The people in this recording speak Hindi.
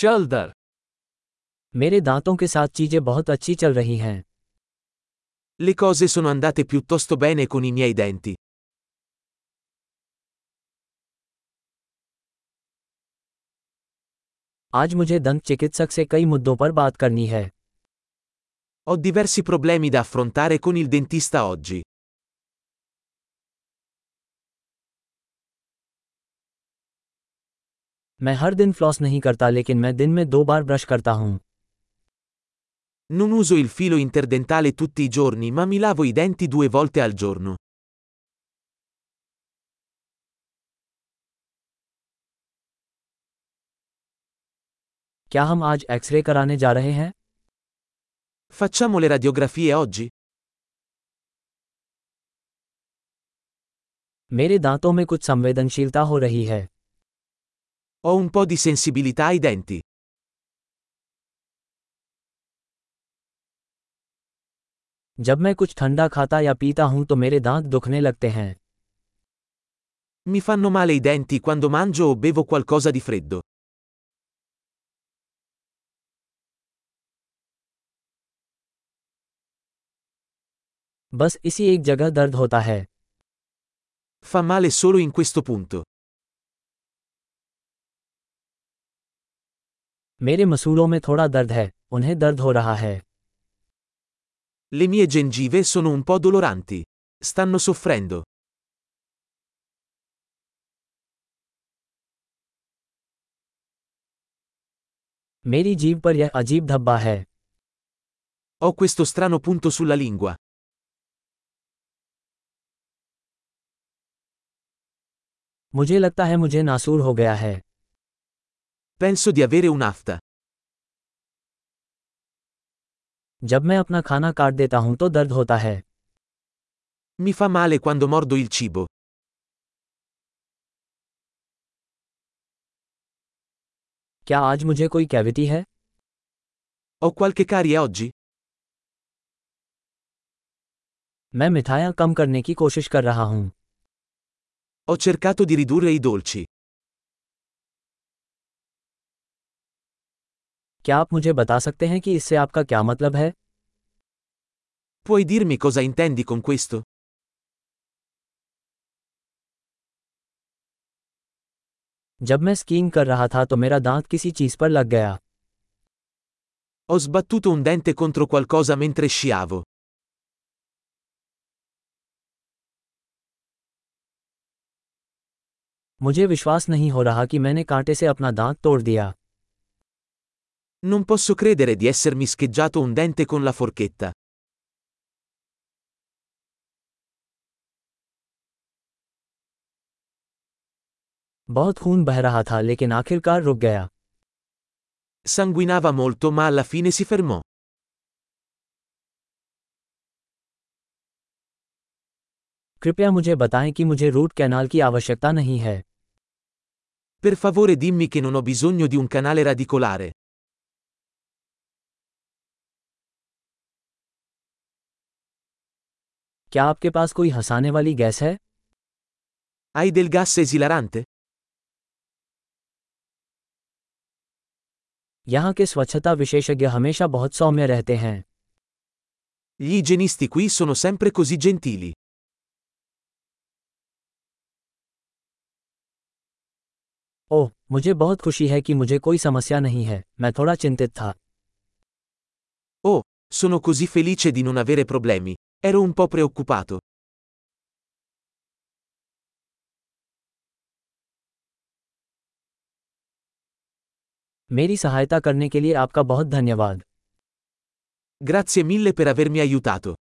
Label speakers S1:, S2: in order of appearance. S1: चल दर
S2: मेरे दांतों के साथ चीजें बहुत अच्छी चल रही हैं
S1: Le cose sono andate piuttosto bene con i miei denti.
S2: आज मुझे दंत चिकित्सक से कई मुद्दों पर बात करनी है
S1: Ho diversi problemi da affrontare con il dentista oggi.
S2: मैं हर दिन फ्लॉस नहीं करता लेकिन मैं दिन में दो बार ब्रश करता हूँ
S1: Non uso il filo interdentale tutti i giorni ma mi lavo i denti due volte al giorno.
S2: क्या हम आज एक्सरे कराने जा रहे हैं
S1: Facciamo le radiografie oggi?
S2: मेरे दांतों में कुछ संवेदनशीलता हो रही है
S1: Ho un po' di sensibilità ai denti.
S2: जब मैं कुछ ठंडा खाता या पीता हूँ तो मेरे दांत दुखने लगते हैं
S1: Mi fanno male i denti quando mangio o bevo qualcosa di freddo.
S2: बस इसी एक जगह दर्द होता है
S1: Fa male solo in questo punto.
S2: मेरे मसूड़ों में थोड़ा दर्द है उन्हें दर्द हो रहा है
S1: Le mie gengive sono un po' doloranti. Stanno soffrendo.
S2: मेरी जीभ पर यह अजीब धब्बा है
S1: Ho questo strano punto sulla lingua.
S2: मुझे लगता है मुझे नासूर हो गया है
S1: Penso di avere un'afta.
S2: जब मैं अपना खाना काट देता हूँ तो दर्द होता है
S1: Mi fa male quando mordo il cibo.
S2: क्या आज मुझे कोई कैविटी है
S1: Ho qualche carie oggi?
S2: मैं मिठाइयाँ कम करने की कोशिश कर रहा हूँ
S1: Ho cercato di ridurre i dolci.
S2: क्या आप मुझे बता सकते हैं कि इससे आपका क्या मतलब है
S1: Puoi dirmi cosa intendi con questo?
S2: जब मैं स्कीइंग कर रहा था तो मेरा दांत किसी चीज़ पर लग गया
S1: Ho sbattuto un dente contro qualcosa mentre sciavo.
S2: मुझे विश्वास नहीं हो रहा कि मैंने कांटे से अपना दांत तोड़ दिया
S1: Non posso credere di essermi scheggiato un dente con la forchetta.
S2: बहुत खून बह रहा था लेकिन आखिरकार रुक गया
S1: Sanguinava molto ma alla fine si fermò.
S2: कृपया मुझे बताएं कि मुझे रूट कैनाल की आवश्यकता नहीं है
S1: Per favore dimmi che non ho bisogno di un canale radicolare.
S2: क्या आपके पास कोई हंसाने वाली गैस है
S1: Hai del gas esilarante?
S2: यहाँ के स्वच्छता विशेषज्ञ हमेशा बहुत सौम्य रहते हैं
S1: Gli igienisti qui sono sempre così gentili.
S2: ओह मुझे बहुत खुशी है कि मुझे कोई समस्या नहीं है मैं थोड़ा चिंतित था
S1: Oh, sono così felice di non avere problemi. Ero un po' preoccupato.
S2: मेरी सहायता करने के लिए आपका बहुत धन्यवाद
S1: Grazie mille per avermi aiutato.